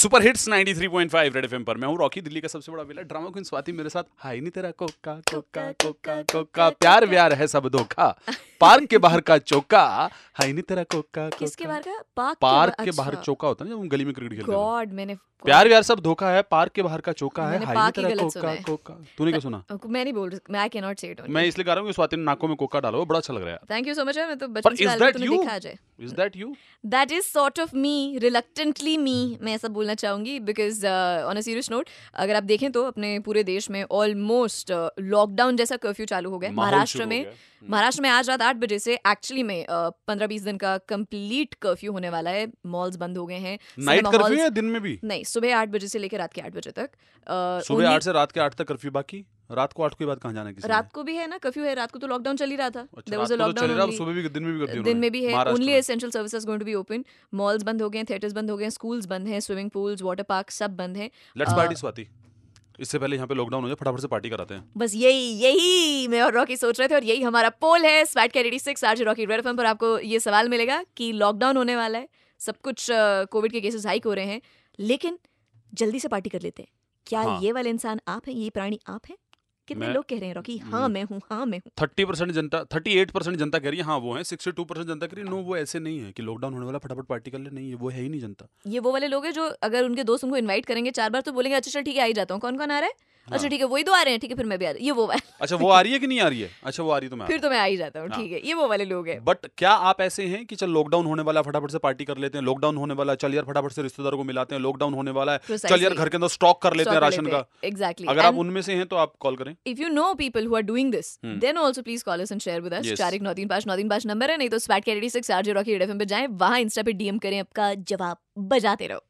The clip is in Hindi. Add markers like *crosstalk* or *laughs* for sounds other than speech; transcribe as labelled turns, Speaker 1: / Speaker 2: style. Speaker 1: सुपर हिट्स 93.5 रेड एफएम पर मैं हूं रॉकी दिल्ली का सबसे बड़ा वेला ड्रामा क्वीन स्वाति मेरे साथ हाय नहीं तेरा कोका कोका कोका कोका प्यार व्यार है सब धोखा पार्क के बाहर का चौका हाय नहीं तेरा कोका
Speaker 2: किसके
Speaker 1: कोका
Speaker 2: बाहर का
Speaker 1: तो
Speaker 2: पार्क अच्छा।
Speaker 1: पार्क के बाहर चौका होता है ना जब हम गली में क्रिकेट खेलते हैं
Speaker 2: गॉड मैंने
Speaker 1: प्यार व्यार सब धोखा है पार्क के बाहर का चौका है
Speaker 2: मैंने
Speaker 1: हाय नहीं
Speaker 2: पार्क ही
Speaker 1: तेरा
Speaker 2: गलत
Speaker 1: कोका
Speaker 2: सुना है।
Speaker 1: कोका तूने क्या
Speaker 2: *laughs*
Speaker 1: सुना
Speaker 2: मैं नहीं बोल रही I can not say it
Speaker 1: मैं इसलिए कह रहा हूँ कि स्वाति ने नाकों में कोका डाला हुआ है, बड़ा अच्छा लग रहा है
Speaker 2: थैंक यू सो मच मैं तो बचपन से
Speaker 1: is
Speaker 2: डाल रही
Speaker 1: that
Speaker 2: तुम्हें
Speaker 1: you?
Speaker 2: देखा जाए
Speaker 1: is that you
Speaker 2: that is sort of me reluctantly me मैं ऐसा बोलना चाहूंगी uh, because on a serious note अगर आप देखें तो अपने पूरे देश में ऑलमोस्ट लॉकडाउन जैसा कर्फ्यू चालू हो गया है। महाराष्ट्र में
Speaker 1: हम्म।
Speaker 2: महाराष्ट्र में आज रात आठ बजे से एक्चुअली में पंद्रह बीस दिन का कंप्लीट कर्फ्यू होने वाला है मॉल्स बंद हो गए हैं
Speaker 1: नाइट
Speaker 2: सिनेमा
Speaker 1: कर्फ्यू
Speaker 2: halls-
Speaker 1: है दिन में भी
Speaker 2: नहीं सुबह आठ बजे से लेकर रात के आठ बजे तक Uh, अ,
Speaker 1: सुबह
Speaker 2: only-
Speaker 1: आठ से रात के आठ तक कर्फ्यू बाकी रात को आठ के बाद कहाँ जाना है किसी ने?
Speaker 2: रात को भी है ना कर्फ्यू है रात को तो लॉकडाउन चल ही रहा था
Speaker 1: अच्छा,
Speaker 2: देयर वाज अ
Speaker 1: रात को तो चल
Speaker 2: लॉकडाउन
Speaker 1: ही रहा, अब
Speaker 2: only.
Speaker 1: सुबह भी दिन में भी कर दिया
Speaker 2: दिन
Speaker 1: उन्होंने,
Speaker 2: में भी है
Speaker 1: महाराष्ट्र
Speaker 2: ओनली
Speaker 1: में।
Speaker 2: Essential services going to be open malls बंद हो गए हैं थिएटर्स बंद हो गए हैं स्कूल्स बंद हैं स्विमिंग पूल्स वाटर पार्क सब बंद हैं
Speaker 1: लेट्स
Speaker 2: अ,
Speaker 1: पार्टी स्वाति इससे पहले यहाँ पे लॉकडाउन हो जाए फटाफट से पार्टी कराते हैं
Speaker 2: बस यही यही मैं और रॉकी सोच रहे थे और यही हमारा पोल है स्वैट कैट एटी सिक्स आज रॉकी रेड एफएम पर आपको ये सवाल मिलेगा कि लॉकडाउन होने वाला है सब कुछ कोविड के केसेस हाइक हो रहे हैं लेकिन जल्दी से पार्टी कर लेते हैं क्या
Speaker 1: हाँ।
Speaker 2: ये वाला इंसान आप हैं ये प्राणी आप हैं कितने
Speaker 1: मैं- हम्म।
Speaker 2: लोग कह रहे हैं रॉकी हाँ
Speaker 1: मैं-
Speaker 2: मैं हूँ हाँ मैं हूँ
Speaker 1: थर्टी परसेंट जनता थर्टी एट परसेंट जनता कह रही है हाँ वो है सिक्सटी टू परसेंट जनता कह रही है नो वो ऐसे नहीं है कि लॉकडाउन होने वाला फटाफट पार्टी कर ले नहीं ये वो है ही नहीं जनता
Speaker 2: ये वो वाले लोग हैं जो अगर उनके दोस्त उनको इनवाइट करेंगे चार बार तो बोलेंगे अच्छा चल ठीक है आ ही जाता हूँ कौन कौन आ रहा है अच्छा
Speaker 1: हाँ।
Speaker 2: ठीक है वही दो आ रहे हैं ठीक है फिर मैं भी आ रही ये वो वाला
Speaker 1: अच्छा वो आ रही है कि नहीं आ रही है अच्छा वो आ रही है तो मैं
Speaker 2: फिर तो मैं आ ही जाता हूँ
Speaker 1: हाँ।
Speaker 2: ठीक है ये वो वाले लोग हैं
Speaker 1: बट क्या आप ऐसे हैं कि चल लॉकडाउन होने वाला है, फटाफट से पार्टी कर लेते हैं लॉकडाउन होने वाला है, चल यार फटाफट से रिश्तेदारों को मिलाते हैं लॉकडाउन होने वाला है चल यार घर के अंदर स्टॉक कर लेते हैं राशन का
Speaker 2: एग्जैक्टली
Speaker 1: अगर आप उनमें से हैं तो आप कॉल करें
Speaker 2: if you know people who are doing this
Speaker 1: Hmm.
Speaker 2: Then also please call us and share with us
Speaker 1: Yes.
Speaker 2: चार एक नौ तीन पाँच नौ तीन पाँच नंबर है नहीं तो swat katy six RJ Rocky Red पे जाएं वहां इंस्टा पे डीएम करें आपका जवाब बजाते रहो